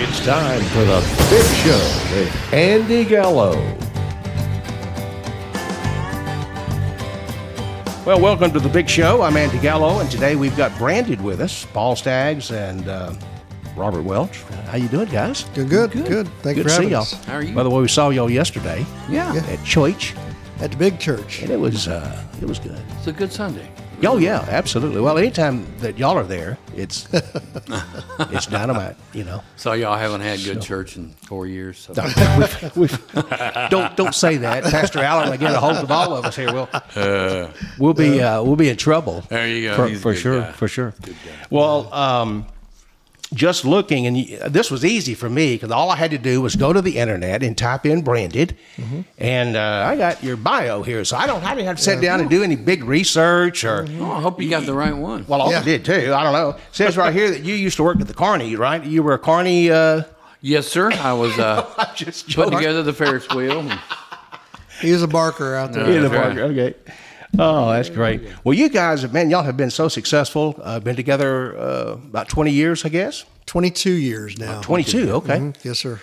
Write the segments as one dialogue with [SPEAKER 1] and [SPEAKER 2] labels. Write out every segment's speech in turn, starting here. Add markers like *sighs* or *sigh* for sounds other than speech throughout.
[SPEAKER 1] It's time for the Big Show with Andy Gallo. Well, welcome to the Big Show. I'm Andy Gallo, and today we've got Branded with us, Paul Staggs and uh, Robert Welch. How you doing, guys?
[SPEAKER 2] Doing good, good. Thank you
[SPEAKER 1] good to see
[SPEAKER 2] for having
[SPEAKER 1] y'all.
[SPEAKER 2] us.
[SPEAKER 3] How are you?
[SPEAKER 1] By the way, we saw y'all yesterday
[SPEAKER 3] Yeah.
[SPEAKER 2] Yeah.
[SPEAKER 1] at Choich,
[SPEAKER 2] At the big church.
[SPEAKER 1] and it was uh, it was good.
[SPEAKER 3] It's a good Sunday.
[SPEAKER 1] Oh yeah, absolutely. Well, anytime that y'all are there, it's *laughs* it's dynamite. You know.
[SPEAKER 3] So y'all haven't had good church in four years. So.
[SPEAKER 1] We've- we've- don't don't say that, Pastor Allen. will get a hold of all of us here. We'll we'll be uh, we'll be in trouble.
[SPEAKER 3] *laughs* There you go.
[SPEAKER 1] for,
[SPEAKER 3] He's a
[SPEAKER 1] for
[SPEAKER 3] good
[SPEAKER 1] sure,
[SPEAKER 3] guy.
[SPEAKER 1] for sure. Well, um, just looking, and you, this was easy for me because all I had to do was go to the internet and type in branded,
[SPEAKER 3] Mm-hmm.
[SPEAKER 1] and uh, I got your bio here, so I don't I didn't have to sit down and do any big research or.
[SPEAKER 3] Oh, I hope you got the right one.
[SPEAKER 1] Well, I
[SPEAKER 2] Yeah.
[SPEAKER 1] did too. I don't know. It says right here that you used to work at the Carney, right? You were a Carney. Uh, *laughs*
[SPEAKER 3] yes, sir. I was uh,
[SPEAKER 1] I'm just
[SPEAKER 3] putting
[SPEAKER 1] joking.
[SPEAKER 3] together the Ferris wheel. and-
[SPEAKER 2] He was a barker out there.
[SPEAKER 1] in the
[SPEAKER 3] That's
[SPEAKER 1] park. Okay. Oh, that's great. Well, you guys, have man, y'all have been so successful. Uh, been together uh, about twenty years, I guess.
[SPEAKER 2] 22 years now.
[SPEAKER 1] Twenty-two. Okay.
[SPEAKER 2] Mhm. Yes, sir.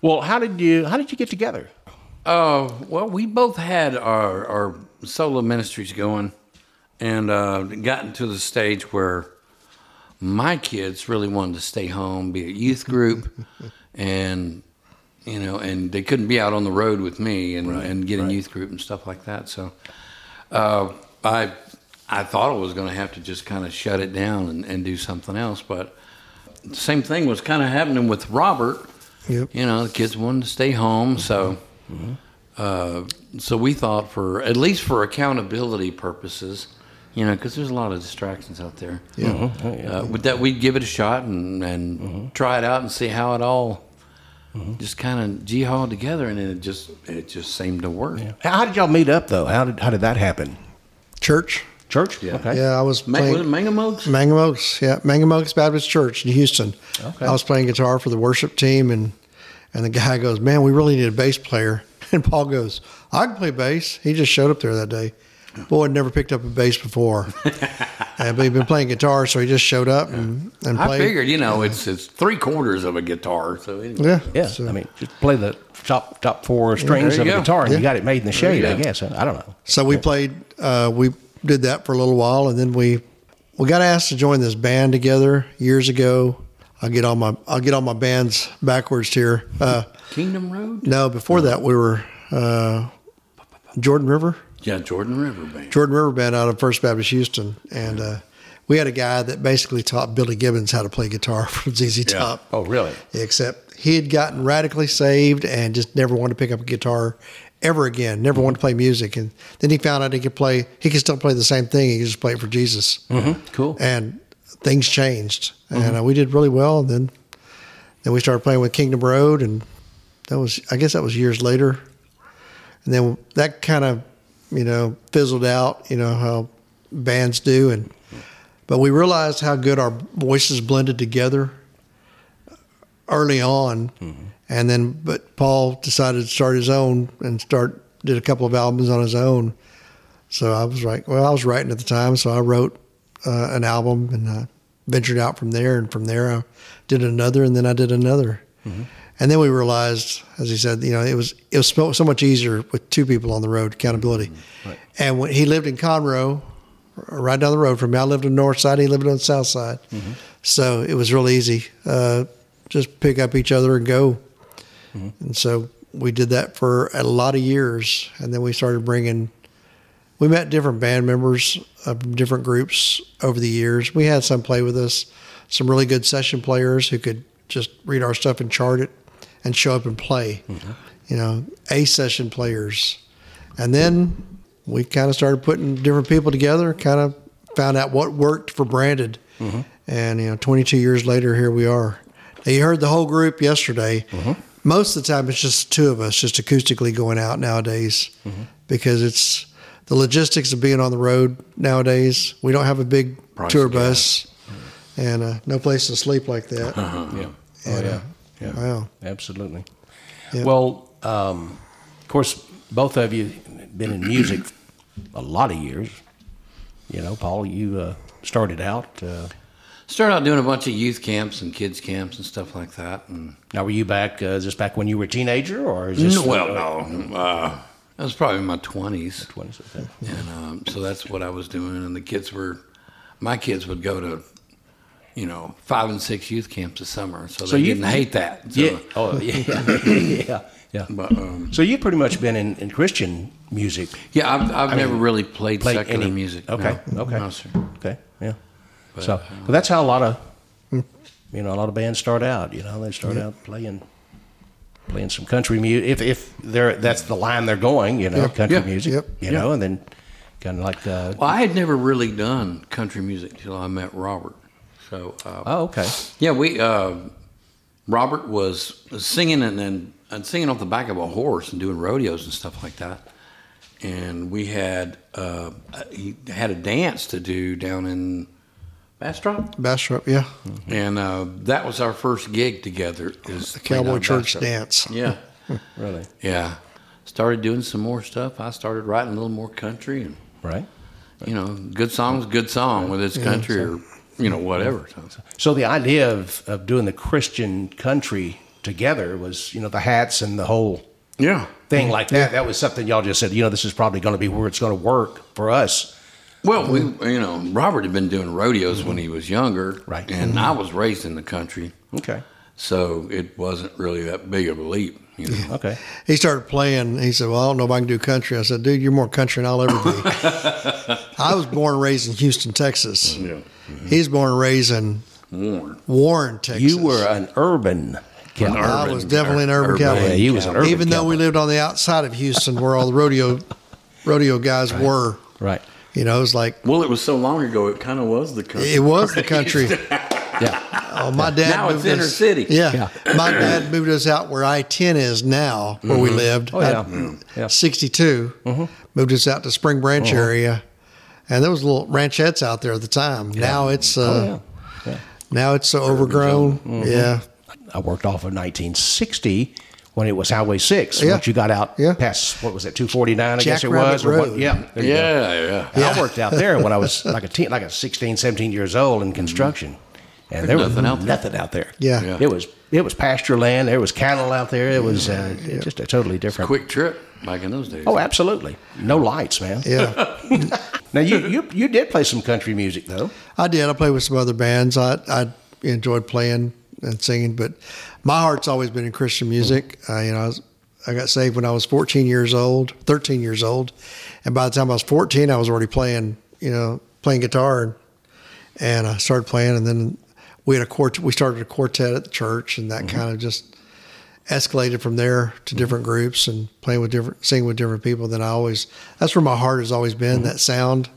[SPEAKER 1] Well, how did you how did you get together?
[SPEAKER 3] Uh, well, we both had our, our solo ministries going and uh, gotten to the stage where my kids really wanted to stay home, be a youth group, and you know, and they couldn't be out on the road with me and, and get in youth group and stuff like that. So uh, I I thought I was going to have to just kind of shut it down and, and do something else, but the same thing was kind of happening with Robert.
[SPEAKER 2] Yep.
[SPEAKER 3] You know, the kids wanted to stay home, so uh, so we thought for at least for accountability purposes, you know, because there's a lot of distractions out there. Yeah. Mm-hmm. Uh, with that, we'd give it a shot and, and try it out and see how it all just kind of g-hauled together, and it just it just seemed to work.
[SPEAKER 1] How did y'all meet up though? How did how did that happen?
[SPEAKER 2] Church.
[SPEAKER 1] Church. Yeah. Okay.
[SPEAKER 2] Yeah, I was
[SPEAKER 3] Ma- was it
[SPEAKER 2] playing
[SPEAKER 3] Mangum Oaks?
[SPEAKER 2] Mangum Oaks. Yeah, Mangum Oaks Baptist Church in Houston.
[SPEAKER 1] Okay.
[SPEAKER 2] I was playing guitar for the worship team, and and the guy goes, "Man, we really need a bass player." *laughs* And Paul goes, "I can play bass." He just showed up there that day. Boy, had never picked up a
[SPEAKER 1] *laughs*
[SPEAKER 2] bass before, and, but he'd been playing guitar, so he just showed up and, and
[SPEAKER 3] I
[SPEAKER 2] played.
[SPEAKER 3] figured, you know, it's it's three quarters of a guitar, so anyway.
[SPEAKER 2] Yeah,
[SPEAKER 1] Yeah.
[SPEAKER 2] so-
[SPEAKER 1] I mean, just play the top top four strings
[SPEAKER 3] There
[SPEAKER 1] of
[SPEAKER 3] you
[SPEAKER 1] a
[SPEAKER 3] go.
[SPEAKER 1] guitar, and you
[SPEAKER 2] Yeah.
[SPEAKER 1] got it made in the shade.
[SPEAKER 3] you
[SPEAKER 1] I
[SPEAKER 3] go.
[SPEAKER 1] guess. I I don't know.
[SPEAKER 2] So we played, uh, we did that for a little while, and then we we got asked to join this band together years ago. I'll get all my I'll get all my bands backwards here. Uh,
[SPEAKER 3] Kingdom Road.
[SPEAKER 2] no, before that we were uh, Jordan River,
[SPEAKER 3] Yeah, Jordan River Band.
[SPEAKER 2] Jordan River band out of First Baptist Houston, and uh, we had a guy that basically taught Billy Gibbons how to play guitar *laughs* from ZZ Top
[SPEAKER 1] Oh, really?
[SPEAKER 2] except he had gotten radically saved and just never wanted to pick up a guitar ever again, never wanted to play music. And then he found out he could play, he could still play the same thing, he could just play it for Jesus.
[SPEAKER 1] Cool.
[SPEAKER 2] And things changed. And uh, we did really well. And then, then we started playing with Kingdom Road, and that was, I guess that was years later. And then that kind of, you know, fizzled out, you know, how bands do. And, but we realized how good our voices blended together early on, and then but Paul decided to start his own and start did a couple of albums on his own. So I was like, well, I was writing at the time, so I wrote uh, an album and I ventured out from there, and from there I did another, and then I did another, and then we realized, as he said, you know, it was it was so so much easier with two people on the road, accountability, and when he lived in Conroe. Right down the road from me. I lived on the north side. He lived on the south side. So it was real easy. Uh, just pick up each other and go. And so we did that for a lot of years. And then we started bringing, we met different band members of different groups over the years. We had some play with us, some really good session players who could just read our stuff and chart it and show up and play, you know, A session players. And then we kind of started putting different people together, kind of found out what worked for Branded.
[SPEAKER 3] Mm-hmm.
[SPEAKER 2] And, you know, 22 years later, here we are. Now, you heard the whole group yesterday.
[SPEAKER 3] Mm-hmm.
[SPEAKER 2] Most of the time, it's just two of us, just acoustically going out nowadays
[SPEAKER 3] Mm-hmm.
[SPEAKER 2] because it's the logistics of being on the road nowadays. We don't have a big
[SPEAKER 3] Price
[SPEAKER 2] tour
[SPEAKER 3] of gas.
[SPEAKER 2] bus and uh, no place to sleep like that.
[SPEAKER 3] Yeah.
[SPEAKER 1] Oh, yeah. Yeah.
[SPEAKER 2] Wow.
[SPEAKER 1] Absolutely.
[SPEAKER 2] Yeah.
[SPEAKER 1] Well, um, of course, both of you been in music a lot of years. You know, Paul, you uh, started out. Uh,
[SPEAKER 3] started out doing a bunch of youth camps and kids camps and stuff like that. And
[SPEAKER 1] Now, were you back? Uh, is this back when you were a teenager, or is this?
[SPEAKER 3] Mm, well, no, uh, that was probably in my twenties,
[SPEAKER 1] 20s, okay.
[SPEAKER 3] and um, so that's what I was doing. And the kids were, my kids would go to, you know, five and six youth camps a summer, so, they
[SPEAKER 1] you-
[SPEAKER 3] didn't hate that. So,
[SPEAKER 1] Yeah. Oh, yeah. yeah. *laughs* Yeah.
[SPEAKER 3] But um,
[SPEAKER 1] So you've pretty much been in, in Christian music.
[SPEAKER 3] yeah, I've, I've never really played,
[SPEAKER 1] played
[SPEAKER 3] secular
[SPEAKER 1] any-
[SPEAKER 3] music.
[SPEAKER 1] okay,
[SPEAKER 3] no.
[SPEAKER 1] okay.
[SPEAKER 3] No, sir. uh,
[SPEAKER 1] Okay. Yeah. so but that's how a lot of you know a lot of bands start out. You know, they start out playing playing some country music if if they're that's the line they're going. You know,
[SPEAKER 2] Yeah.
[SPEAKER 1] country
[SPEAKER 3] Yeah.
[SPEAKER 1] music.
[SPEAKER 2] Yep.
[SPEAKER 1] You know, and then kind of like uh,
[SPEAKER 3] Well, I had never really done country music till I met Robert. So, uh,
[SPEAKER 1] oh okay
[SPEAKER 3] yeah, we uh, Robert was singing and then and singing off the back of a horse and doing rodeos and stuff like that. And we had uh, he had a dance to do down in Bastrop,
[SPEAKER 2] Bastrop, yeah.
[SPEAKER 3] and uh, that was our first gig together. Is
[SPEAKER 2] The Cowboy
[SPEAKER 3] Clean Out
[SPEAKER 2] Church
[SPEAKER 3] Bastrop.
[SPEAKER 2] dance.
[SPEAKER 3] Yeah,
[SPEAKER 1] really
[SPEAKER 3] yeah. Started doing some more stuff. I started writing a little more country and
[SPEAKER 1] right.
[SPEAKER 3] you know, good song's a good song, whether it's country or you know whatever. So,
[SPEAKER 1] So the idea of of doing the Christian country together was you know the hats and the whole
[SPEAKER 3] yeah.
[SPEAKER 1] thing like that. That was something y'all just said. You know, this is probably going to be where it's going to work for us.
[SPEAKER 3] Well, we
[SPEAKER 2] Mm-hmm.
[SPEAKER 3] you know Robert had been doing rodeos when he was younger,
[SPEAKER 1] Right.
[SPEAKER 3] And
[SPEAKER 2] Mm-hmm.
[SPEAKER 3] I was raised in the country,
[SPEAKER 1] Okay.
[SPEAKER 3] so it wasn't really that big of a leap. You know?
[SPEAKER 1] Okay.
[SPEAKER 2] He started playing. He said, Well, I don't know if I can do country. I said, Dude, you're more country than I'll ever be.
[SPEAKER 1] *laughs*
[SPEAKER 2] I was born and raised in Houston, Texas.
[SPEAKER 3] Yeah.
[SPEAKER 2] He's born and raised in
[SPEAKER 3] Warren.
[SPEAKER 2] Warren, Texas.
[SPEAKER 1] Mm-hmm. You were an urban cowboy.
[SPEAKER 3] urban-
[SPEAKER 2] I was definitely an urban,
[SPEAKER 3] urban-
[SPEAKER 2] cowboy.
[SPEAKER 1] Yeah, he was an urban
[SPEAKER 2] Even though we
[SPEAKER 1] cowboy.
[SPEAKER 2] lived on the outside of Houston where all the rodeo rodeo guys were.
[SPEAKER 1] Right.
[SPEAKER 2] You know, it was like
[SPEAKER 3] Well, it was so long ago; it kind of was the country.
[SPEAKER 2] it
[SPEAKER 3] *laughs*
[SPEAKER 2] was the country.
[SPEAKER 1] Yeah.
[SPEAKER 2] Oh, my dad
[SPEAKER 3] Now it's
[SPEAKER 2] moved
[SPEAKER 3] inner
[SPEAKER 2] us,
[SPEAKER 3] city.
[SPEAKER 2] Yeah, my dad moved us out where I ten is now, where
[SPEAKER 3] Mm-hmm.
[SPEAKER 2] we lived.
[SPEAKER 1] Oh, yeah.
[SPEAKER 2] I-
[SPEAKER 1] Mm. Yeah.
[SPEAKER 2] Sixty-two moved us out to Spring Branch
[SPEAKER 3] Uh-huh.
[SPEAKER 2] area, and there was little ranchettes out there at the time. Now
[SPEAKER 3] Oh,
[SPEAKER 2] it's uh, now it's so overgrown.
[SPEAKER 3] Mm-hmm.
[SPEAKER 2] Yeah,
[SPEAKER 1] I worked off of 1960 when it was Highway 6.
[SPEAKER 2] Yeah.
[SPEAKER 1] Once you got out
[SPEAKER 2] Yeah.
[SPEAKER 1] past, what was it, 249, I guess it
[SPEAKER 2] Jackrabbit
[SPEAKER 1] was? or what-
[SPEAKER 2] Road.
[SPEAKER 1] yeah. there you go.
[SPEAKER 3] Yeah, yeah.
[SPEAKER 1] And I worked out there when I
[SPEAKER 2] *laughs*
[SPEAKER 1] was like a teen, like a 16, 17 years old in construction. And there was
[SPEAKER 3] Nothing out there.
[SPEAKER 1] nothing out there.
[SPEAKER 2] Mm. yeah,
[SPEAKER 3] Yeah.
[SPEAKER 1] It was it was pasture land. There was cattle out there. It was uh, just a totally different.
[SPEAKER 3] Quick trip back in those days.
[SPEAKER 1] Oh, absolutely. No lights, man.
[SPEAKER 2] yeah.
[SPEAKER 1] Now you, you you did play some country music though.
[SPEAKER 2] I did. I played with some other bands. I I enjoyed playing and singing, but my heart's always been in Christian music. Uh, you know, I, was, I got saved when I was 14 years old, 13 years old, and by the time I was 14, I was already playing. You know, playing guitar, and, and I started playing, and then we had a quart. We started a quartet at the church, and that kind of just escalated from there to different groups and playing with different singing with different people then I always that's where my heart has always been that sound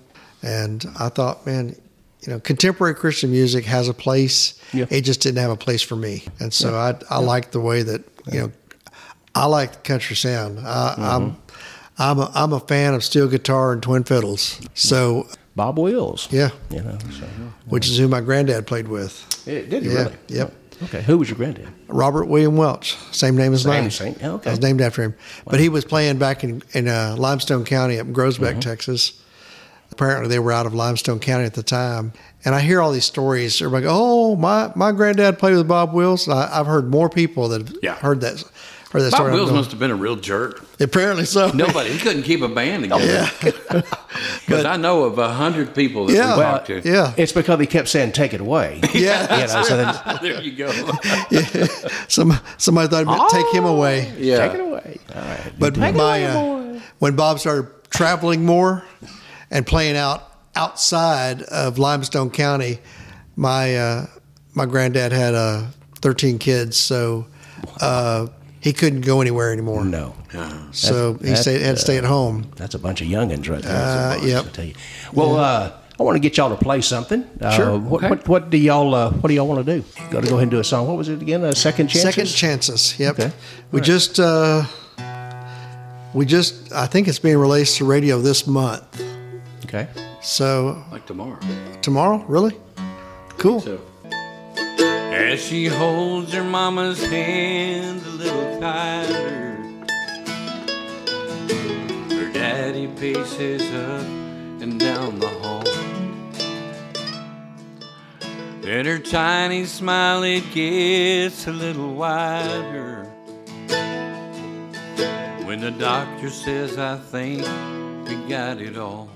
[SPEAKER 2] and I thought man you know contemporary Christian music has a place
[SPEAKER 1] Yeah.
[SPEAKER 2] it just didn't have a place for me and so I I like the way that you know I like the country sound I, I'm I'm a, I'm a fan of steel guitar and twin fiddles so
[SPEAKER 1] Bob Wills.
[SPEAKER 2] yeah
[SPEAKER 1] You know. So.
[SPEAKER 2] which is who my granddad played with
[SPEAKER 1] It did it
[SPEAKER 2] yeah
[SPEAKER 1] really?
[SPEAKER 2] yep
[SPEAKER 1] Okay. Who was your granddad?
[SPEAKER 2] Robert William Welch, same name as
[SPEAKER 1] Same-
[SPEAKER 2] mine.
[SPEAKER 1] same- okay.
[SPEAKER 2] I was named after him. But he was playing back in, in uh, Limestone County up in Grosbeck, Texas. Apparently, they were out of Limestone County at the time. And I hear all these stories. Everybody, go, oh, my, my granddad played with Bob Wills. I, I've heard more people that have
[SPEAKER 3] Yeah.
[SPEAKER 2] heard that. Heard that
[SPEAKER 3] Bob
[SPEAKER 2] story. I'm
[SPEAKER 3] Wills
[SPEAKER 2] going,
[SPEAKER 3] must have been a real jerk.
[SPEAKER 2] Apparently so.
[SPEAKER 3] Nobody, he couldn't keep a band
[SPEAKER 2] Oh,
[SPEAKER 3] together. *laughs* because I know of a hundred people
[SPEAKER 2] *laughs*
[SPEAKER 3] that
[SPEAKER 2] Yeah.
[SPEAKER 3] we talked to.
[SPEAKER 1] *laughs*
[SPEAKER 2] Yeah.
[SPEAKER 1] It's because he kept saying "take it away."
[SPEAKER 2] *laughs* Yeah.
[SPEAKER 1] *laughs* You know, so then,
[SPEAKER 3] *laughs* there
[SPEAKER 2] *laughs*
[SPEAKER 3] you go.
[SPEAKER 2] Some, somebody thought it meant take him away.
[SPEAKER 3] Yeah.
[SPEAKER 1] take it away. All right.
[SPEAKER 2] But my, uh, when Bob started traveling more and playing out outside of Limestone County, my uh, my granddad had uh, 13 kids, so uh, he couldn't go anywhere anymore.
[SPEAKER 1] No.
[SPEAKER 2] so
[SPEAKER 1] Mm.
[SPEAKER 2] he
[SPEAKER 1] That's-
[SPEAKER 2] stayed, had to
[SPEAKER 1] that's,
[SPEAKER 2] stay at home.
[SPEAKER 1] That's a bunch of youngins right there.
[SPEAKER 2] Uh, yep.
[SPEAKER 1] I tell you. Well, uh, I want to get y'all to play something. Sure. Uh, what,
[SPEAKER 3] Okay.
[SPEAKER 1] what, what do y'all uh, What do y'all want to do? Got to go ahead and do a song. What was it again? A second chance.
[SPEAKER 2] Second chances. Yep.
[SPEAKER 1] uh, Okay.
[SPEAKER 2] We just uh, we just I think it's being released to radio this month.
[SPEAKER 1] Okay.
[SPEAKER 2] So
[SPEAKER 3] Like tomorrow.
[SPEAKER 2] tomorrow, really? Cool.
[SPEAKER 3] So. As she holds her mama's hand a little tighter, her daddy paces up and down the hall. Then her tiny smile, it gets a little wider. When the doctor says, I think we got it all.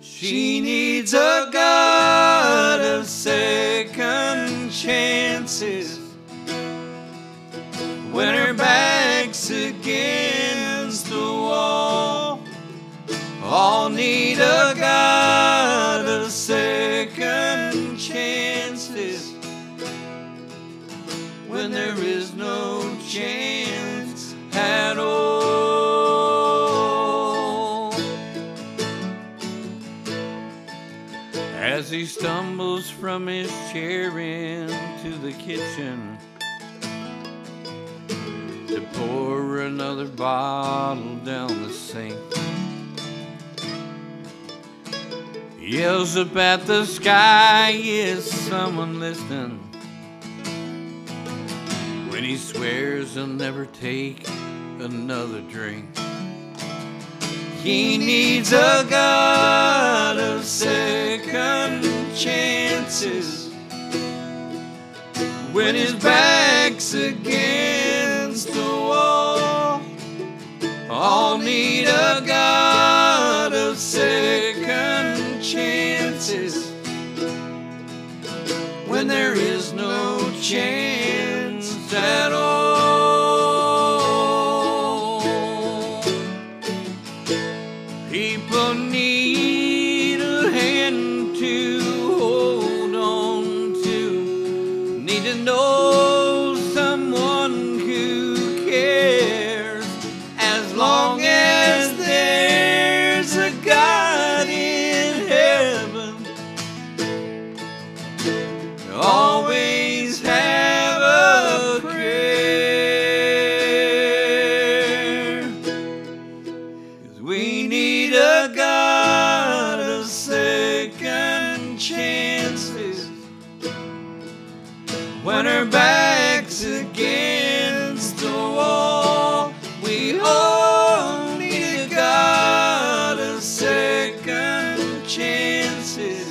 [SPEAKER 3] She needs a god of second chances. When her back's against the wall, all need a god of second chances. When there is no chance at all. As he stumbles from his chair into the kitchen to pour another bottle down the sink, yells up at the sky, is someone listening? When he swears he'll never take another drink. He needs a god of second chances when his back's against the wall. All need a god of second chances when there is no chance at all. People need a hand to hold on to. Need to know someone who cares. As long as there's a God in heaven, always have a prayer. 'Cause we need a God of second chances when our backs against the wall. We all need a God of second chances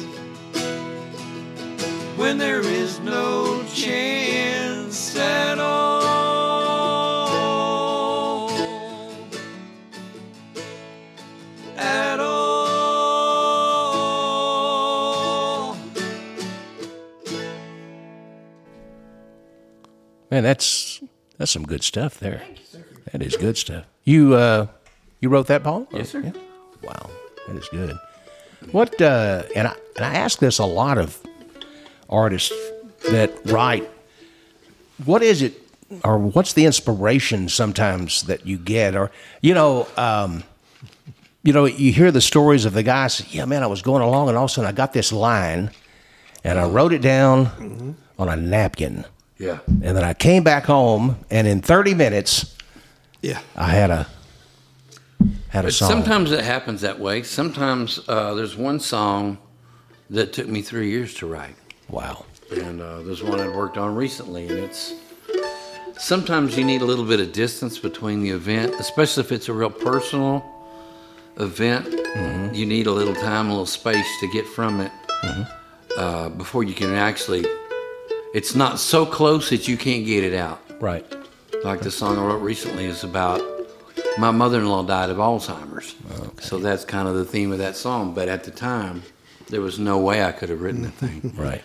[SPEAKER 3] when there is no chance at all at all.
[SPEAKER 1] Man, that's that's some good stuff there. That is good stuff. You uh, you wrote that, Paul?
[SPEAKER 3] Yes, sir.
[SPEAKER 1] Wow, that is good. What uh, and I and I ask this a lot of artists that write. What is it, or what's the inspiration sometimes that you get, or you know, um, you know, you hear the stories of the guys. Yeah, man, I was going along, and all of a sudden I got this line, and I wrote it down
[SPEAKER 3] Mm-hmm.
[SPEAKER 1] on a napkin.
[SPEAKER 3] Yeah.
[SPEAKER 1] And then I came back home, and in 30 minutes,
[SPEAKER 2] Yeah.
[SPEAKER 1] I had a had a
[SPEAKER 3] But
[SPEAKER 1] song.
[SPEAKER 3] sometimes it happens that way. Sometimes uh, there's one song that took me three years to write,
[SPEAKER 1] wow.
[SPEAKER 3] and uh, there's one I worked on recently, and it's. Sometimes you need a little bit of distance between the event, especially if it's a real personal event.
[SPEAKER 1] Mm-hmm.
[SPEAKER 3] You need a little time, a little space to get from it uh, before you can actually. It's not so close that you can't get it out.
[SPEAKER 1] Right.
[SPEAKER 3] Like the song I wrote recently is about my mother-in-law died of Alzheimer's, so that's kind of the theme of that song. But at the time, there was no way I could have written that thing.
[SPEAKER 1] *laughs* Right.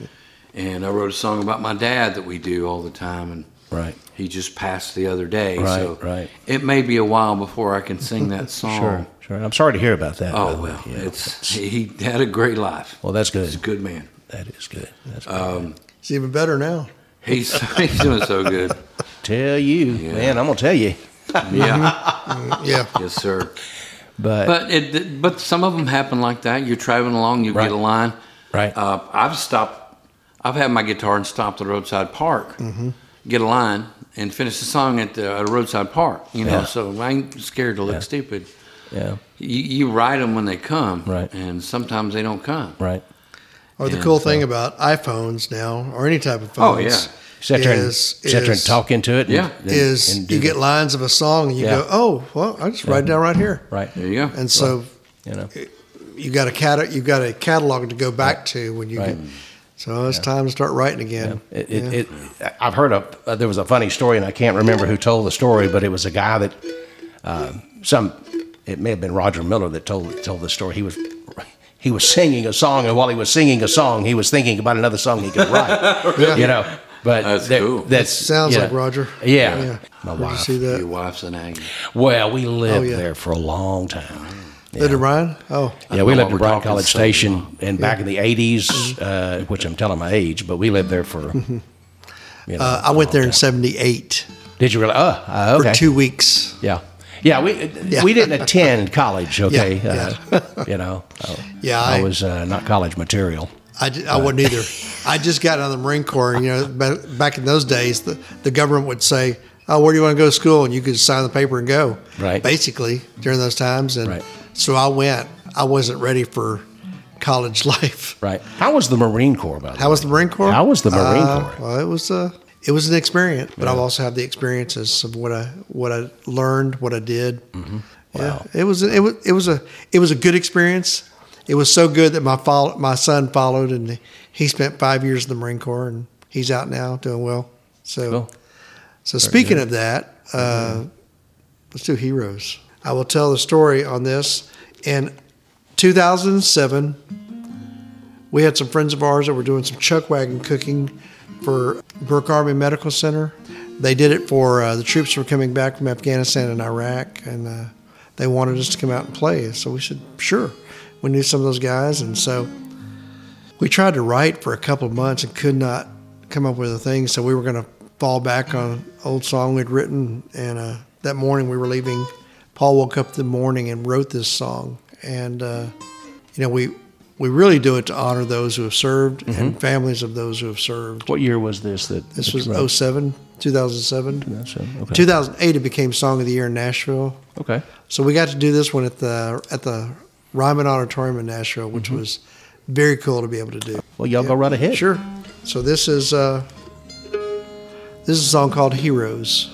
[SPEAKER 3] and I wrote a song about my dad that we do all the time, and
[SPEAKER 1] Right.
[SPEAKER 3] he just passed the other day.
[SPEAKER 1] Right,
[SPEAKER 3] so
[SPEAKER 1] right.
[SPEAKER 3] It may be a while before I can
[SPEAKER 1] *laughs*
[SPEAKER 3] sing that song.
[SPEAKER 1] Sure. Sure. I'm sorry to hear about that. by
[SPEAKER 3] Oh
[SPEAKER 1] the way.
[SPEAKER 3] well,
[SPEAKER 1] Yeah.
[SPEAKER 3] it's he had a great life.
[SPEAKER 1] well. That's
[SPEAKER 3] He's a
[SPEAKER 1] good.
[SPEAKER 3] good man.
[SPEAKER 1] That is good. That's good.
[SPEAKER 3] Uh,
[SPEAKER 2] It's even better now.
[SPEAKER 3] He's *laughs* he's doing so good.
[SPEAKER 1] tell you, man. I'm gonna tell you.
[SPEAKER 3] Yeah,
[SPEAKER 2] Yeah.
[SPEAKER 3] yes sir.
[SPEAKER 1] But,
[SPEAKER 3] But it, but some of them happen like that. You're traveling along, you
[SPEAKER 1] Right.
[SPEAKER 3] get a line.
[SPEAKER 1] right.
[SPEAKER 3] Uh, I've stopped. I've had my guitar and stopped at a roadside park,
[SPEAKER 1] Mm-hmm.
[SPEAKER 3] get a line, and finish the song at the at a roadside park. You know,
[SPEAKER 1] Yeah.
[SPEAKER 3] so I ain't scared to look stupid.
[SPEAKER 1] yeah.
[SPEAKER 3] You, you ride them when they come,
[SPEAKER 1] Right.
[SPEAKER 3] And sometimes they don't come.
[SPEAKER 1] Right.
[SPEAKER 2] Or the
[SPEAKER 3] Yeah,
[SPEAKER 2] cool thing about iPhones now, or any type of
[SPEAKER 3] Oh,
[SPEAKER 2] phones,
[SPEAKER 3] yeah.
[SPEAKER 1] Sit there and
[SPEAKER 2] is-
[SPEAKER 1] sit there and
[SPEAKER 2] is-
[SPEAKER 1] talk into it. and-
[SPEAKER 3] Yeah.
[SPEAKER 1] and-
[SPEAKER 2] is
[SPEAKER 1] and do
[SPEAKER 2] you get
[SPEAKER 1] the-
[SPEAKER 2] lines of a song and you
[SPEAKER 1] Yeah.
[SPEAKER 2] go, oh, well, I just write it down right here.
[SPEAKER 1] right.
[SPEAKER 3] There you go.
[SPEAKER 2] And so
[SPEAKER 1] You know.
[SPEAKER 2] you got a cat you got a catalog to go back to when you
[SPEAKER 1] Right.
[SPEAKER 2] get, so it's time to start writing again.
[SPEAKER 1] It,
[SPEAKER 2] Yeah.
[SPEAKER 1] it, it, I've heard a uh, there was a funny story, and I can't remember who told the story, but it was a guy that uh, some it may have been Roger Miller that told told the story. He was he was singing a song, and while he was singing a song, he was thinking about another song he could
[SPEAKER 2] *laughs*
[SPEAKER 1] write.
[SPEAKER 2] Yeah.
[SPEAKER 1] You know, but
[SPEAKER 3] That's
[SPEAKER 1] that-
[SPEAKER 3] cool.
[SPEAKER 1] That's
[SPEAKER 2] Sounds
[SPEAKER 1] you
[SPEAKER 2] like
[SPEAKER 1] know,
[SPEAKER 2] Roger.
[SPEAKER 1] Yeah,
[SPEAKER 2] yeah.
[SPEAKER 1] my
[SPEAKER 2] Did you
[SPEAKER 1] wife.
[SPEAKER 2] see that? Oh,
[SPEAKER 3] Your wife's an Aggie.
[SPEAKER 1] Well, we lived
[SPEAKER 2] yeah.
[SPEAKER 1] there for a long time.
[SPEAKER 2] Linda Ryan? Oh,
[SPEAKER 1] Yeah, we
[SPEAKER 3] know
[SPEAKER 1] lived
[SPEAKER 3] why
[SPEAKER 1] in
[SPEAKER 3] we're
[SPEAKER 1] Bryan
[SPEAKER 3] talking
[SPEAKER 1] College
[SPEAKER 3] so
[SPEAKER 1] Station, and back in the '80s,
[SPEAKER 2] Mm-hmm.
[SPEAKER 1] uh, which I'm telling my age, but we lived there for. You know,
[SPEAKER 2] uh, I went there in '78
[SPEAKER 1] did you really? Oh, uh,
[SPEAKER 2] for
[SPEAKER 1] okay.
[SPEAKER 2] two weeks.
[SPEAKER 1] Yeah. Yeah, we we didn't
[SPEAKER 2] *laughs*
[SPEAKER 1] attend college, okay?
[SPEAKER 2] Yeah,
[SPEAKER 1] Uh, you know, I,
[SPEAKER 2] Yeah,
[SPEAKER 1] I
[SPEAKER 2] I-
[SPEAKER 1] was uh, not college material.
[SPEAKER 2] I, ju- I wasn't either. I just got out of the Marine Corps. And, you know, ba- back in those days, the, the government would say, "Oh, where do you want to go to school?" and you could sign the paper and go.
[SPEAKER 1] Right.
[SPEAKER 2] Basically, during those times, and
[SPEAKER 1] Right.
[SPEAKER 2] so I went. I wasn't ready for college *laughs* life.
[SPEAKER 1] Right. How was the Marine Corps, by the
[SPEAKER 2] How was the Marine Corps?
[SPEAKER 1] How was the Marine
[SPEAKER 2] Uh,
[SPEAKER 1] Corps?
[SPEAKER 2] well, it was a it was an experience, but I've also had the experiences of what I what I learned, what I did.
[SPEAKER 1] Mm-hmm. Wow.
[SPEAKER 2] Yeah, it was it was it was a it was a good experience. It was so good that my follow, my son followed, and he spent five years in the Marine Corps, and he's out now doing well. So,
[SPEAKER 1] Cool. Mm-hmm.
[SPEAKER 2] so speaking of that, uh, let's do heroes. I will tell the story on this. In 2007, we had some friends of ours that were doing some chuck wagon cooking for Burke Army Medical Center. They did it for uh, the troops who were coming back from Afghanistan and Iraq, and uh, they wanted us to come out and play. So we said, sure. We knew some of those guys, and so we tried to write for a couple of months and could not come up with a thing. So we were going to fall back on an old song we'd written. And uh, that morning we were leaving. Paul woke up the morning and wrote this song. And uh, you know, we we really do it to honor those who have served
[SPEAKER 1] Mm-hmm.
[SPEAKER 2] and families of those who have served.
[SPEAKER 1] What year was this? That
[SPEAKER 2] This
[SPEAKER 1] that
[SPEAKER 2] was
[SPEAKER 1] you wrote?
[SPEAKER 2] 07, 2007.
[SPEAKER 1] That's it. Okay.
[SPEAKER 2] 2008 it became Song of the Year in Nashville.
[SPEAKER 1] okay.
[SPEAKER 2] So we got to do this one at the at the Ryman Auditorium in Nashville, which
[SPEAKER 1] Mm-hmm.
[SPEAKER 2] was very cool to be able to do.
[SPEAKER 1] Well, y'all go right ahead.
[SPEAKER 2] Sure. So this is uh, this is a song called Heroes.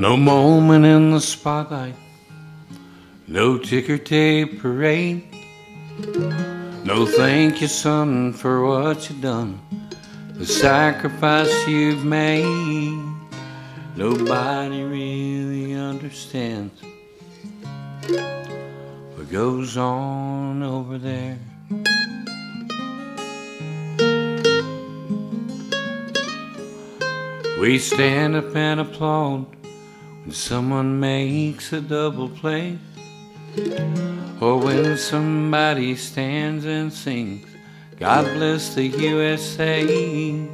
[SPEAKER 3] No moment in the spotlight. No ticker tape parade. No thank you, son, for what you done. The sacrifice you've made. Nobody really understands what goes on over there. We stand up and applaud when someone makes a double play, or when somebody stands and sings, God bless the USA.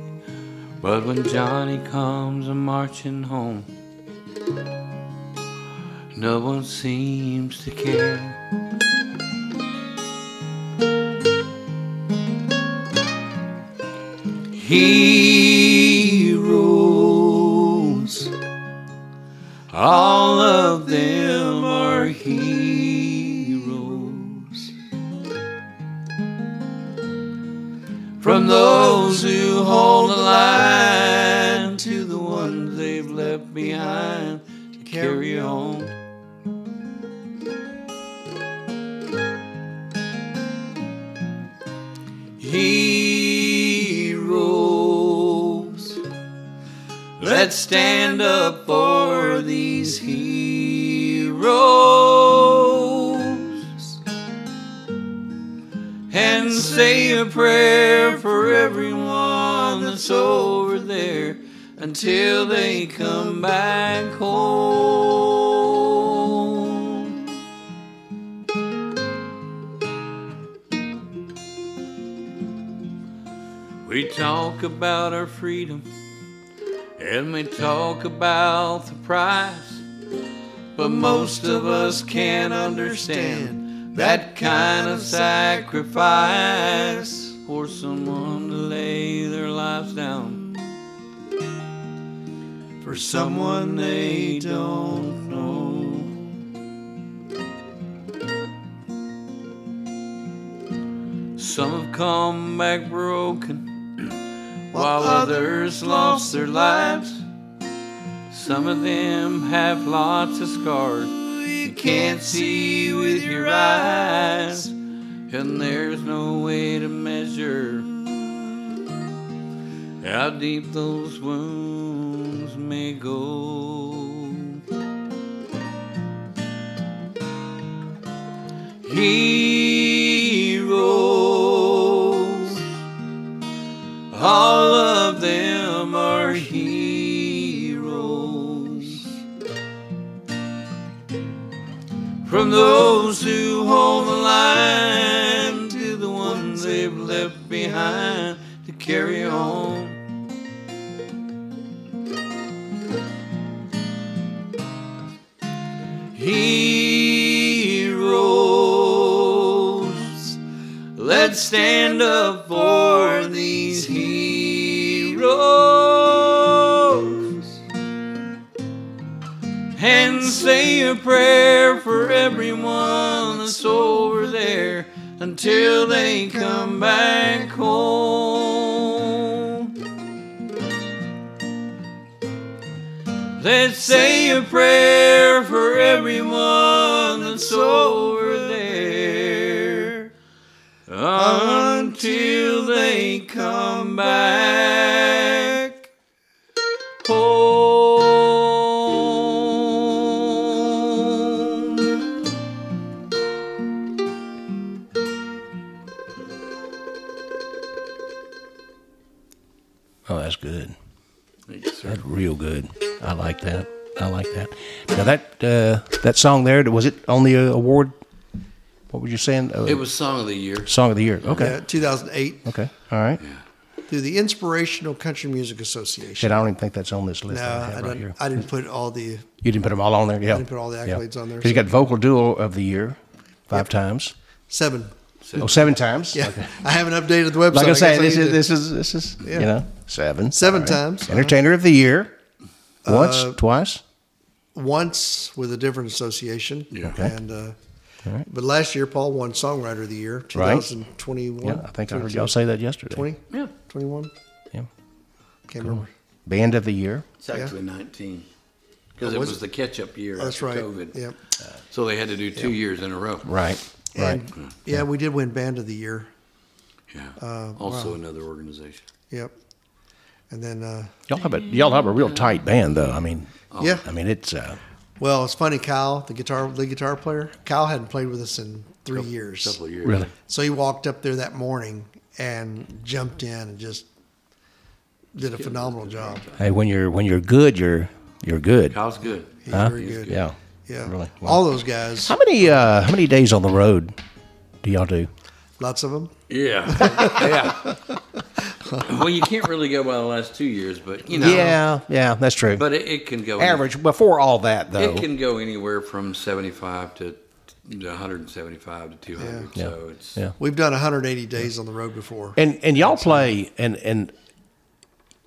[SPEAKER 3] But when Johnny comes a marching home, no one seems to care. heroes. All of them are heroes. From those who hold the line to the ones they've left behind to carry on. heroes. Let's stand up for these heroes and say a prayer for everyone that's over there until they come back home. We talk about our freedom and we talk about the price, but most of us can't understand that kind of sacrifice or someone to lay their lives down for someone they don't know. Some have come back broken, while others lost their lives. Some of them have lots of scars you can't see with your eyes, and there's no way to measure how deep those wounds may go. heroes. All of them are heroes. From those who hold the line to the ones they've left behind to carry on. heroes. Let's stand up for these heroes and say a prayer for everyone that's over there until they come back home. Let's say a prayer for everyone that's over there until they come back home.
[SPEAKER 1] Oh, that's good. That's real good. I like that. I like that. Now that uh, that song there was it on the uh, award? What were you saying? Uh,
[SPEAKER 3] It was song of the year.
[SPEAKER 1] song of the year. Okay.
[SPEAKER 2] Yeah, 2008
[SPEAKER 1] Okay. All right.
[SPEAKER 2] through the Inspirational Country Music Association.
[SPEAKER 1] Shit, I don't even think that's on this list.
[SPEAKER 2] No,
[SPEAKER 1] I have
[SPEAKER 2] I
[SPEAKER 1] right here.
[SPEAKER 2] didn't, I didn't put all the
[SPEAKER 1] You didn't put them all on there. Yeah.
[SPEAKER 2] didn't put all the accolades on there,
[SPEAKER 1] Because you
[SPEAKER 2] so-
[SPEAKER 1] got vocal duo of the year five times.
[SPEAKER 2] seven.
[SPEAKER 1] Oh, seven times.
[SPEAKER 2] Yeah, *laughs* I haven't updated the website.
[SPEAKER 1] Like I
[SPEAKER 2] guess
[SPEAKER 1] say, this
[SPEAKER 2] need
[SPEAKER 1] is
[SPEAKER 2] to-
[SPEAKER 1] this is this is you know seven
[SPEAKER 2] Seven
[SPEAKER 1] All
[SPEAKER 2] times. Uh,
[SPEAKER 1] Entertainer of the year. Once, twice.
[SPEAKER 2] once with a different association.
[SPEAKER 3] Yeah.
[SPEAKER 1] Okay.
[SPEAKER 2] And uh,
[SPEAKER 1] Alright.
[SPEAKER 2] but last year Paul won Songwriter of the Year,
[SPEAKER 1] Right.
[SPEAKER 2] 2021.
[SPEAKER 1] Yeah, I think I heard y'all say that yesterday.
[SPEAKER 2] 20,
[SPEAKER 3] Yeah,
[SPEAKER 2] 21.
[SPEAKER 1] Yeah.
[SPEAKER 2] Can't remember.
[SPEAKER 1] Band of the year.
[SPEAKER 3] it's actually 19. Because it
[SPEAKER 2] was
[SPEAKER 3] was the catch up year
[SPEAKER 2] That's
[SPEAKER 3] after
[SPEAKER 2] right.
[SPEAKER 3] COVID.
[SPEAKER 2] Yeah.
[SPEAKER 3] So they had to do two years in a row.
[SPEAKER 1] Right. Right.
[SPEAKER 2] And, yeah, we did win Band of the Year.
[SPEAKER 3] Yeah.
[SPEAKER 2] Uh,
[SPEAKER 3] also another organization.
[SPEAKER 2] Yep. And then, uh,
[SPEAKER 1] Y'all have a y'all have a real tight band though. I mean,
[SPEAKER 3] Oh.
[SPEAKER 2] yeah.
[SPEAKER 1] I mean it's uh,
[SPEAKER 2] Well, it's funny, Kyle, the guitar, the guitar player. Kyle hadn't played with us in three years.
[SPEAKER 3] couple of years.
[SPEAKER 1] really
[SPEAKER 2] So he walked up there that morning and jumped in and just did a phenomenal job.
[SPEAKER 1] hey when you're when you're good you're you're good.
[SPEAKER 3] Kyle's good.
[SPEAKER 2] He's
[SPEAKER 1] Huh?
[SPEAKER 2] very good.
[SPEAKER 1] Yeah.
[SPEAKER 2] Yeah.
[SPEAKER 1] Really. Wow.
[SPEAKER 2] All those guys,
[SPEAKER 1] How many uh, how many days on the road do y'all do?
[SPEAKER 2] lots of them.
[SPEAKER 3] Yeah.
[SPEAKER 2] *laughs*
[SPEAKER 3] yeah. well, you can't really go by the last two years, but you know.
[SPEAKER 1] Yeah, yeah, that's true.
[SPEAKER 3] But it, it can go
[SPEAKER 1] average before all that though.
[SPEAKER 3] It can go anywhere from seventy-five to, to one hundred and seventy-five to two hundred.
[SPEAKER 1] Yeah.
[SPEAKER 3] So it's
[SPEAKER 1] Yeah.
[SPEAKER 2] We've done 180 days on the road before.
[SPEAKER 1] and and y'all play and and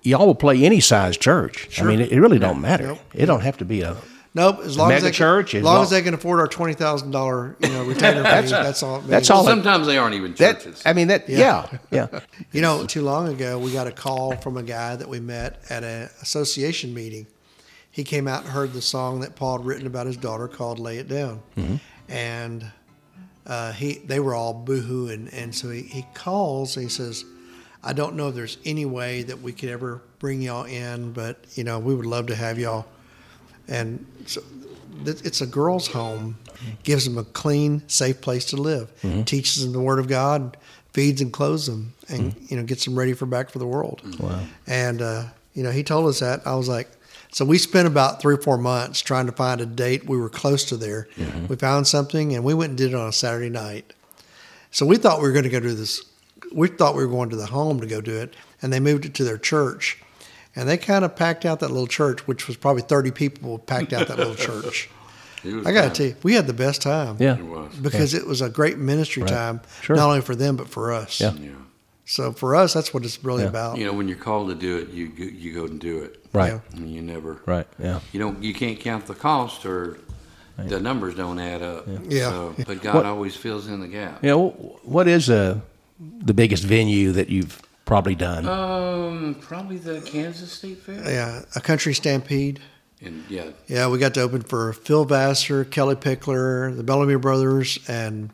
[SPEAKER 1] y'all will play any size church. I mean, it, it really don't matter.
[SPEAKER 2] Nope.
[SPEAKER 1] It don't have to be a.
[SPEAKER 2] Nope, as long as
[SPEAKER 1] mega
[SPEAKER 2] they
[SPEAKER 1] church
[SPEAKER 2] can,
[SPEAKER 1] is
[SPEAKER 2] as long
[SPEAKER 1] long-
[SPEAKER 2] as they can afford our twenty thousand dollar
[SPEAKER 1] *laughs*
[SPEAKER 2] you know retainer fee, that's all. It means.
[SPEAKER 1] That's all it-
[SPEAKER 3] sometimes they aren't even
[SPEAKER 1] That
[SPEAKER 3] churches.
[SPEAKER 1] I mean that yeah yeah. *laughs*
[SPEAKER 2] You know, too long ago, we got a call from a guy that we met at an association meeting. He came out and heard the song that Paul had written about his daughter called "Lay It Down," and uh, he they were all boohooing, and so he, he calls and he says, "I don't know if there's any way that we could ever bring y'all in, but you know, we would love to have y'all." And so th- it's a girls' home, gives them a clean, safe place to live, teaches them the Word of God, feeds and clothes them, and you know gets them ready for back for the world. Wow! And uh, you know he told us that I was like, so we spent about three or four months trying to find a date. We were close to there. We found something, and we went and did it on a Saturday night. So we thought we were going to go do this. We thought we were going to the home to go do it, and they moved it to their church, and they kind of packed out that little church, which was probably thirty people packed out that little church.
[SPEAKER 3] It was
[SPEAKER 2] I got to
[SPEAKER 3] bad.
[SPEAKER 2] tell you, we had the best time.
[SPEAKER 1] Yeah.
[SPEAKER 3] It was.
[SPEAKER 2] because it was a great ministry time,
[SPEAKER 1] Sure.
[SPEAKER 2] not only for them but for us.
[SPEAKER 1] Yeah.
[SPEAKER 3] Yeah.
[SPEAKER 2] So for us, that's what it's really
[SPEAKER 1] Yeah.
[SPEAKER 2] about.
[SPEAKER 3] You know, when you're called to do it, you go- you go and do it.
[SPEAKER 1] Right.
[SPEAKER 2] Yeah.
[SPEAKER 3] And you never.
[SPEAKER 1] Right. Yeah.
[SPEAKER 3] You don't. You can't count the cost or. The numbers don't add up.
[SPEAKER 2] Yeah.
[SPEAKER 3] So, but God
[SPEAKER 1] What-
[SPEAKER 3] always fills in the gap.
[SPEAKER 1] Yeah. wh- What is a the biggest venue that you've probably done?
[SPEAKER 3] Um, probably the Kansas State Fair.
[SPEAKER 2] Yeah, a country stampede.
[SPEAKER 3] And yeah,
[SPEAKER 2] Yeah, we got to open for Phil Vassar, Kelly Pickler, the Bellamy Brothers, and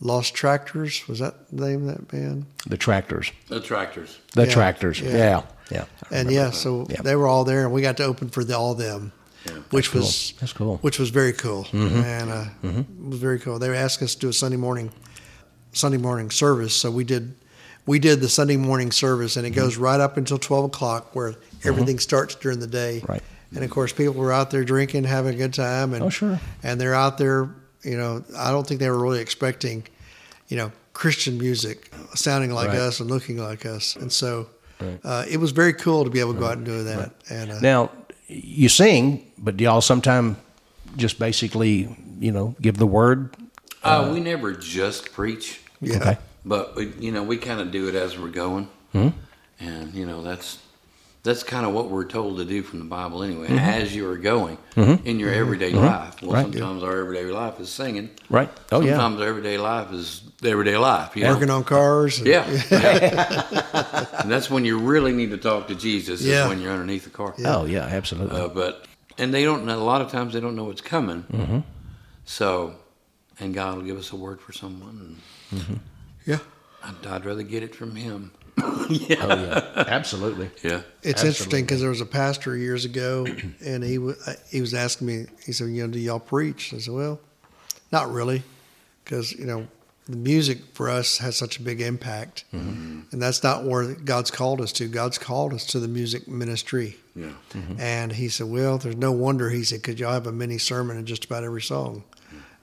[SPEAKER 2] Lost Tractors. Was that the name of that band?
[SPEAKER 1] the tractors.
[SPEAKER 3] the tractors.
[SPEAKER 1] The
[SPEAKER 2] Yeah,
[SPEAKER 1] tractors.
[SPEAKER 2] yeah.
[SPEAKER 1] Yeah. Yeah. I
[SPEAKER 2] And
[SPEAKER 1] remember.
[SPEAKER 2] yeah, so
[SPEAKER 1] Yeah.
[SPEAKER 2] they were all there, and we got to open for the, all them, which was
[SPEAKER 1] cool. That's cool.
[SPEAKER 2] Which was very cool,
[SPEAKER 1] Mm-hmm.
[SPEAKER 2] and uh, it was very cool. They asked us to do a Sunday morning, Sunday morning service, so we did. We did the Sunday morning service, and it
[SPEAKER 1] Mm-hmm.
[SPEAKER 2] goes right up until twelve o'clock, where everything starts during the day.
[SPEAKER 1] Right.
[SPEAKER 2] And of course, people were out there drinking, having a good time, and
[SPEAKER 1] Oh, sure.
[SPEAKER 2] and they're out there. You know, I don't think they were really expecting, you know, Christian music sounding like
[SPEAKER 1] Right.
[SPEAKER 2] us and looking like us, and so uh, it was very cool to be able to go out and do that. And uh,
[SPEAKER 1] Now, you sing, but do y'all sometime just basically, you know, give the word?
[SPEAKER 3] Uh, we never just preach,
[SPEAKER 2] yeah,
[SPEAKER 1] Okay.
[SPEAKER 3] but we, you know we kind of do it as we're going,
[SPEAKER 1] Hmm?
[SPEAKER 3] and you know that's that's kind of what we're told to do from the Bible anyway.
[SPEAKER 1] Mm-hmm.
[SPEAKER 3] As you are going in your everyday life, well,
[SPEAKER 1] Right.
[SPEAKER 3] sometimes our everyday life is singing.
[SPEAKER 1] Right. Oh, yeah.
[SPEAKER 3] sometimes our everyday life is the everyday life. You know?
[SPEAKER 2] working on cars. and-
[SPEAKER 3] Yeah. *laughs* and that's when you really need to talk to Jesus is
[SPEAKER 2] Yeah.
[SPEAKER 3] when you're underneath the car.
[SPEAKER 1] Oh, yeah, absolutely.
[SPEAKER 3] Uh, but and they don't. know- A lot of times they don't know what's coming.
[SPEAKER 1] Mm-hmm.
[SPEAKER 3] So, and God will give us a word for someone.
[SPEAKER 2] yeah.
[SPEAKER 3] I'd, I'd rather get it from Him.
[SPEAKER 1] *laughs* oh, yeah. Absolutely.
[SPEAKER 3] Yeah.
[SPEAKER 2] It's interesting because there was a pastor
[SPEAKER 1] *clears throat*
[SPEAKER 2] years ago, and he wa- uh, he was asking me. He said, "You know, do y'all preach?" I said, "Well, not really, because you know, the music for us has such a big impact,
[SPEAKER 1] Mm-hmm.
[SPEAKER 2] and that's not where God's called us to. God's called us to the music ministry."
[SPEAKER 3] Yeah.
[SPEAKER 1] Mm-hmm.
[SPEAKER 2] And he said, "Well, there's no wonder." He said, "Cause y'all have a mini sermon in just about every song."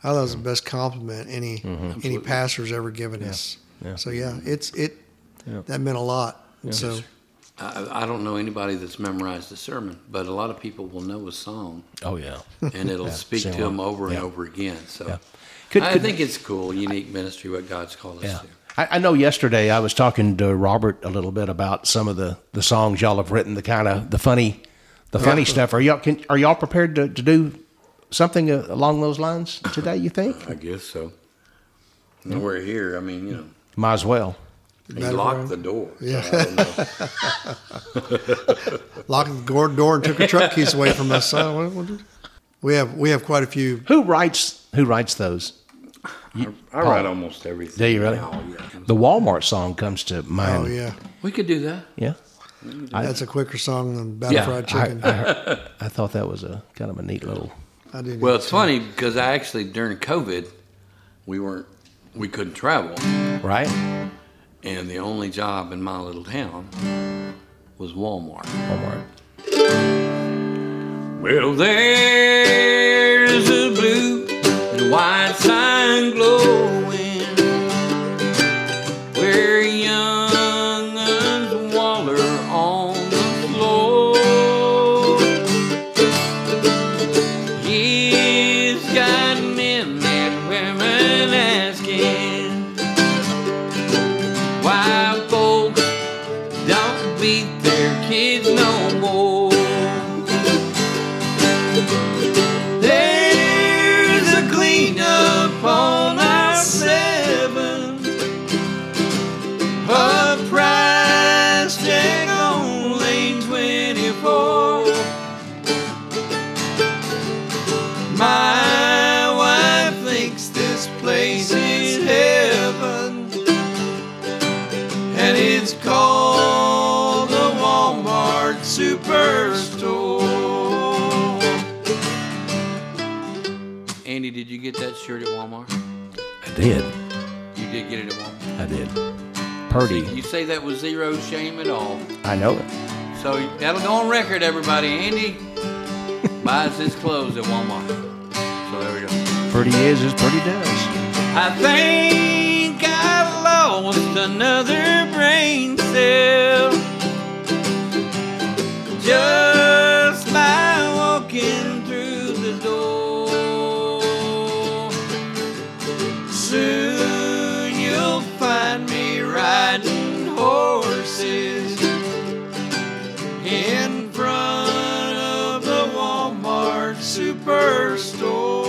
[SPEAKER 2] I thought it was the best compliment any any pastor's ever given us.
[SPEAKER 1] Mm-hmm. Yeah.
[SPEAKER 2] So yeah, it's it
[SPEAKER 1] Yeah.
[SPEAKER 2] that meant a lot. And So
[SPEAKER 3] I, I don't know anybody that's memorized a sermon, but a lot of people will know a song
[SPEAKER 1] Oh, yeah.
[SPEAKER 3] and it'll speak to
[SPEAKER 1] sing
[SPEAKER 3] them
[SPEAKER 1] along.
[SPEAKER 3] over and
[SPEAKER 1] Yeah.
[SPEAKER 3] over again. So
[SPEAKER 1] Could-
[SPEAKER 3] I
[SPEAKER 1] could-
[SPEAKER 3] think it's cool, unique ministry, what God's called us
[SPEAKER 1] Yeah.
[SPEAKER 3] to.
[SPEAKER 1] I, I know yesterday I was talking to Robert a little bit about some of the, the songs y'all have written, the kind of the funny, the funny stuff. Are y'all can, are y'all prepared to, to do something uh, along those lines today? You think?
[SPEAKER 3] I guess so. And we're here. I mean, you know,
[SPEAKER 1] Might as well.
[SPEAKER 3] he
[SPEAKER 2] Matter of
[SPEAKER 3] locked
[SPEAKER 2] fact.
[SPEAKER 3] the door. so
[SPEAKER 2] Yeah.
[SPEAKER 3] I don't know.
[SPEAKER 1] *laughs*
[SPEAKER 2] locked the door, door and took her truck keys away from us. So, what- what do- we have we have quite a few.
[SPEAKER 1] Who writes Who writes those?
[SPEAKER 3] I write almost everything.
[SPEAKER 1] Do you really?
[SPEAKER 3] now, yeah.
[SPEAKER 1] The Walmart song comes to mind.
[SPEAKER 2] Oh yeah,
[SPEAKER 3] We could do that.
[SPEAKER 1] Yeah.
[SPEAKER 2] that's a quicker song than Battle
[SPEAKER 3] Yeah,
[SPEAKER 2] Fried
[SPEAKER 1] I,
[SPEAKER 2] Chicken.
[SPEAKER 1] I, heard- I thought that was a kind of a neat little.
[SPEAKER 2] I did.
[SPEAKER 3] Well, it's funny because I actually during COVID, we weren't, we couldn't travel,
[SPEAKER 1] Right?
[SPEAKER 3] and the only job in my little town was Walmart.
[SPEAKER 1] Walmart.
[SPEAKER 3] Well, there's a blue and white sign glowing where young uns waller on the floor. He's got men and women asking why folks don't beat their kids no more. There's a cleanup on our seventh. A price tag on lane 24. My wife thinks this place is heaven. And it's called the Walmart Superstore. Andy, did you get that shirt at Walmart?
[SPEAKER 1] I did.
[SPEAKER 3] You did get it at Walmart.
[SPEAKER 1] I did. Purdy.
[SPEAKER 3] You say that was zero shame at all.
[SPEAKER 1] I know it.
[SPEAKER 3] So that'll go on record, everybody. Andy buys his clothes at Walmart. So there we go.
[SPEAKER 1] Purdy is as Purdy does.
[SPEAKER 3] I think I've lost another brain cell. Just by walking through the door. Soon you'll find me riding horses in front of the Walmart superstore.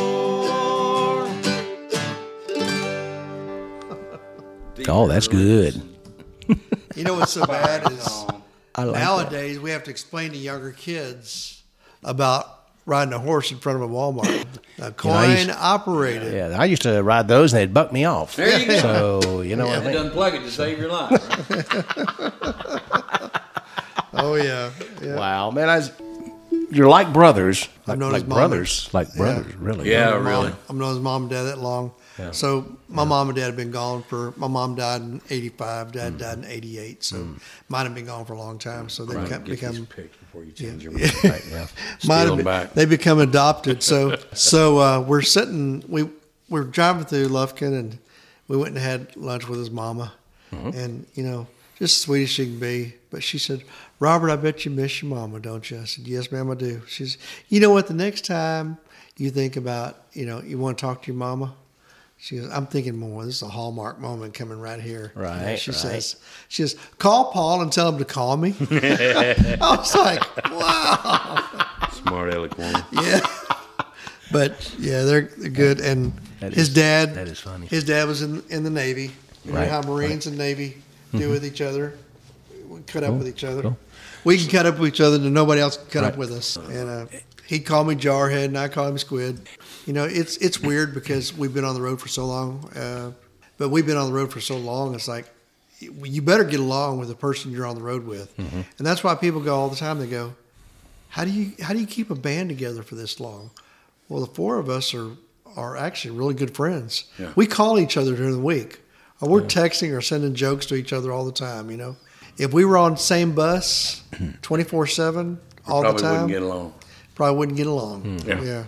[SPEAKER 1] Oh, that's good.
[SPEAKER 2] You know what's so bad is
[SPEAKER 4] I like that.
[SPEAKER 2] nowadays we have to explain to younger kids about riding a horse in front of a Walmart. A coin
[SPEAKER 1] used-
[SPEAKER 2] operated.
[SPEAKER 1] Yeah, I used to ride those and they'd buck me off.
[SPEAKER 3] There you go.
[SPEAKER 1] So you know what I
[SPEAKER 3] Have
[SPEAKER 1] mean.
[SPEAKER 3] to unplug it to save your life. right?
[SPEAKER 2] Oh yeah. yeah.
[SPEAKER 1] Wow, man, I was, you're like brothers. Like,
[SPEAKER 2] known
[SPEAKER 1] like
[SPEAKER 2] as Mama.
[SPEAKER 1] brothers. Like brothers, really.
[SPEAKER 3] Yeah,
[SPEAKER 2] Mom-
[SPEAKER 3] really.
[SPEAKER 2] I've known his mom and dad that long. So my mom and dad have been gone for. My mom died in '85. Dad died in '88. So mine have been gone for a long time. So they
[SPEAKER 3] Get
[SPEAKER 2] have
[SPEAKER 3] these
[SPEAKER 2] become
[SPEAKER 3] picked before you change your mind. Right, yeah.
[SPEAKER 2] Mine
[SPEAKER 3] Steal
[SPEAKER 2] have
[SPEAKER 3] 'em
[SPEAKER 2] been-
[SPEAKER 3] back.
[SPEAKER 2] They become adopted. So so uh, we're sitting. We we're driving through Lufkin, and we went and had lunch with his mama, and you know, just as sweet as she can be. But she said, "Robert, I bet you miss your mama, don't you?" I said, "Yes, ma'am, I do." She says, "You know what? The next time you think about, you know, you want to talk to your mama." She goes, I'm thinking more. This is a hallmark moment coming right here. You know,
[SPEAKER 1] Right,
[SPEAKER 2] she
[SPEAKER 1] right.
[SPEAKER 2] says, she says, call Paul and tell him to call me. *laughs* I was like, wow.
[SPEAKER 3] Smart aleck woman.
[SPEAKER 2] Yeah. But yeah, they're they're good. And
[SPEAKER 1] That
[SPEAKER 2] his
[SPEAKER 1] is-
[SPEAKER 2] dad,
[SPEAKER 1] that is funny.
[SPEAKER 2] His dad was in in the Navy. You
[SPEAKER 1] Right, Mm-hmm.
[SPEAKER 2] know how Marines and Navy do with each other. We cut up with each other. We can cut up with each other, and nobody else can cut up
[SPEAKER 1] Right.
[SPEAKER 2] with us. And uh, he'd call me Jarhead, and I call him Squid. You know, it's it's weird because we've been on the road for so long, uh, but we've been on the road for so long. It's like you better get along with the person you're on the road with,
[SPEAKER 1] Mm-hmm.
[SPEAKER 2] and that's why people go all the time. They go, how do you how do you keep a band together for this long? Well, the four of us are are actually really good friends.
[SPEAKER 3] Yeah.
[SPEAKER 2] We call each other during the week, or we're texting or sending jokes to each other all the time. You know, if we were on the same
[SPEAKER 3] *clears throat*
[SPEAKER 2] bus, twenty four seven all the
[SPEAKER 3] Probably
[SPEAKER 2] time,
[SPEAKER 3] wouldn't get along. Hmm.
[SPEAKER 2] probably wouldn't get along.
[SPEAKER 3] Yeah.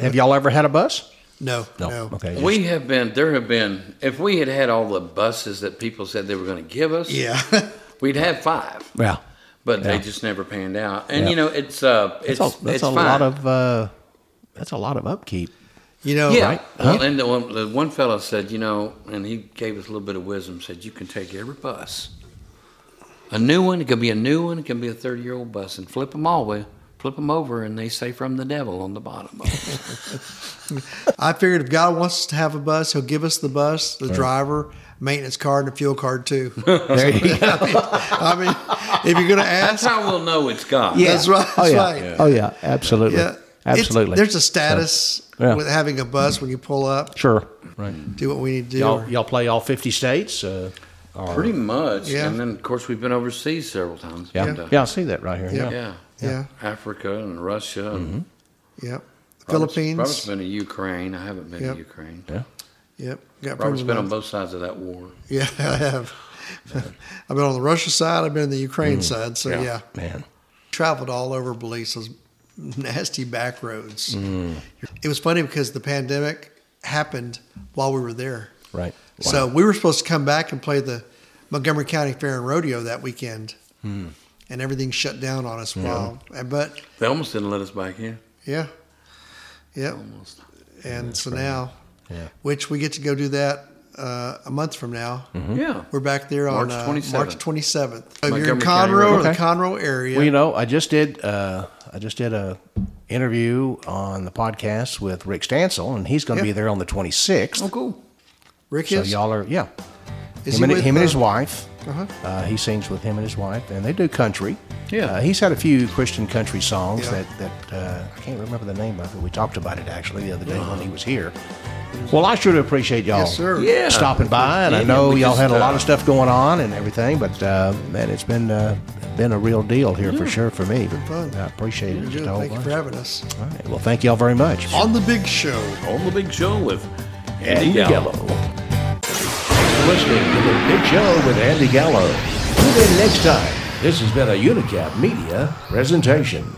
[SPEAKER 2] Yeah,
[SPEAKER 1] Have y'all ever had a bus?
[SPEAKER 2] no, no,
[SPEAKER 1] Okay. just-
[SPEAKER 3] We have been, there have been, if we had had all the buses that people said they were going to give us,
[SPEAKER 2] yeah, *laughs*
[SPEAKER 3] we'd have five.
[SPEAKER 1] yeah.
[SPEAKER 3] But they
[SPEAKER 1] Yeah.
[SPEAKER 3] just never panned out. And,
[SPEAKER 1] Yeah.
[SPEAKER 3] you know, it's, uh,
[SPEAKER 1] That's
[SPEAKER 3] it's,
[SPEAKER 1] a, that's
[SPEAKER 3] it's
[SPEAKER 1] a
[SPEAKER 3] fine.
[SPEAKER 1] lot of uh, that's a lot of upkeep.
[SPEAKER 2] you know,
[SPEAKER 3] Yeah.
[SPEAKER 1] right?
[SPEAKER 3] Well, and the one, the one fellow said, you know, and he gave us a little bit of wisdom, said, you can take every bus, a new one, it can be a new one, it can be a 30 year old bus, and flip them all with. Flip them over, and they say "from the devil" on the bottom. of it.
[SPEAKER 2] I figured if God wants us to have a bus, He'll give us the bus, the driver, maintenance card, and a fuel card too. *laughs*
[SPEAKER 1] There you go.
[SPEAKER 2] I mean, if you're
[SPEAKER 3] *laughs*
[SPEAKER 2] gonna
[SPEAKER 3] That's
[SPEAKER 2] ask,
[SPEAKER 3] how we'll know it's God.
[SPEAKER 1] Yeah.
[SPEAKER 2] That's right.
[SPEAKER 1] *laughs* Oh
[SPEAKER 2] That's
[SPEAKER 1] yeah.
[SPEAKER 2] right.
[SPEAKER 1] Oh yeah. Absolutely.
[SPEAKER 2] yeah, it's-
[SPEAKER 1] Absolutely.
[SPEAKER 2] there's a status
[SPEAKER 1] yeah.
[SPEAKER 2] with having a bus when you pull up.
[SPEAKER 1] sure. Right.
[SPEAKER 2] do what we need to do.
[SPEAKER 1] Y'all y'all play all 50 states? Uh, or-
[SPEAKER 3] Pretty much.
[SPEAKER 2] Yeah.
[SPEAKER 3] And then, of course, we've been overseas several times.
[SPEAKER 1] yeah.
[SPEAKER 3] And,
[SPEAKER 1] yeah.
[SPEAKER 3] uh,
[SPEAKER 1] I see that right here.
[SPEAKER 2] Yeah.
[SPEAKER 1] Yeah.
[SPEAKER 3] yeah.
[SPEAKER 2] yeah,
[SPEAKER 3] Africa and Russia. And
[SPEAKER 2] yep.
[SPEAKER 3] Robert's-
[SPEAKER 2] Philippines.
[SPEAKER 3] Robert's been to Ukraine. I haven't been
[SPEAKER 2] Yep.
[SPEAKER 3] to Ukraine.
[SPEAKER 2] yep. Got
[SPEAKER 3] Robert's
[SPEAKER 2] friends
[SPEAKER 3] been
[SPEAKER 2] in
[SPEAKER 3] on both sides of that war.
[SPEAKER 2] the- Yeah, *laughs* I have. I've been on the Russia side. I've been on the Ukraine
[SPEAKER 1] Mm.
[SPEAKER 2] side. So yeah.
[SPEAKER 3] Yeah.
[SPEAKER 1] Man.
[SPEAKER 2] traveled all over Belize, those nasty back roads.
[SPEAKER 1] Mm.
[SPEAKER 2] It was funny because the pandemic happened while we were there.
[SPEAKER 1] Right.
[SPEAKER 2] So we were supposed to come back and play the Montgomery County Fair and Rodeo that weekend,
[SPEAKER 1] Hmm.
[SPEAKER 2] and everything shut down on us. While, uh, but
[SPEAKER 3] They almost didn't let us back in.
[SPEAKER 2] yeah, yeah.
[SPEAKER 3] Almost.
[SPEAKER 2] and so now,
[SPEAKER 1] Yeah.
[SPEAKER 2] which we get to go do that uh, a month from now.
[SPEAKER 1] Mm-hmm.
[SPEAKER 3] Yeah.
[SPEAKER 2] We're back there on uh,
[SPEAKER 3] March
[SPEAKER 2] March
[SPEAKER 3] 27th.
[SPEAKER 2] 27th. March 27th. If you're in
[SPEAKER 3] Montgomery County
[SPEAKER 2] Conroe or
[SPEAKER 3] Road.
[SPEAKER 2] the
[SPEAKER 1] Okay.
[SPEAKER 2] Conroe area,
[SPEAKER 1] Well, you know, I just did. Uh, I just did a interview on the podcast with Rick Stansel, and he's going to be
[SPEAKER 2] Yeah.
[SPEAKER 1] there on the 26th.
[SPEAKER 3] Oh, cool.
[SPEAKER 2] Rick
[SPEAKER 1] So
[SPEAKER 2] is,
[SPEAKER 1] y'all are, yeah.
[SPEAKER 2] is
[SPEAKER 1] him and,
[SPEAKER 2] with,
[SPEAKER 1] him and his
[SPEAKER 2] uh,
[SPEAKER 1] wife.
[SPEAKER 2] Uh-huh.
[SPEAKER 1] Uh, he sings with him and his wife, and they do country.
[SPEAKER 3] Yeah.
[SPEAKER 1] Uh, he's had a few Christian country songs
[SPEAKER 2] Yeah.
[SPEAKER 1] that that uh, I can't remember the name of it. We talked about it actually the other day when he was
[SPEAKER 2] *sighs*
[SPEAKER 1] here. Well, I sure do appreciate y'all
[SPEAKER 2] Yes, sir.
[SPEAKER 3] Yeah.
[SPEAKER 1] stopping by, and I
[SPEAKER 3] Yeah,
[SPEAKER 1] know
[SPEAKER 3] we
[SPEAKER 1] y'all
[SPEAKER 3] just,
[SPEAKER 1] had a lot
[SPEAKER 3] uh,
[SPEAKER 1] of stuff going on and everything, but uh, man, it's been uh, been a real deal here for sure for me.
[SPEAKER 2] fun.
[SPEAKER 1] I appreciate it. Just
[SPEAKER 2] Good.
[SPEAKER 1] a whole
[SPEAKER 2] Thank you
[SPEAKER 1] bunch.
[SPEAKER 2] for having us
[SPEAKER 1] All right. Well, thank y'all very much.
[SPEAKER 2] on the big show.
[SPEAKER 3] On the big show with Andy,
[SPEAKER 1] Andy Gallo.
[SPEAKER 3] Gallo.
[SPEAKER 1] Thanks for listening to The Big Show with Andy Gallo. Tune in next time. This has been a Unicap Media presentation.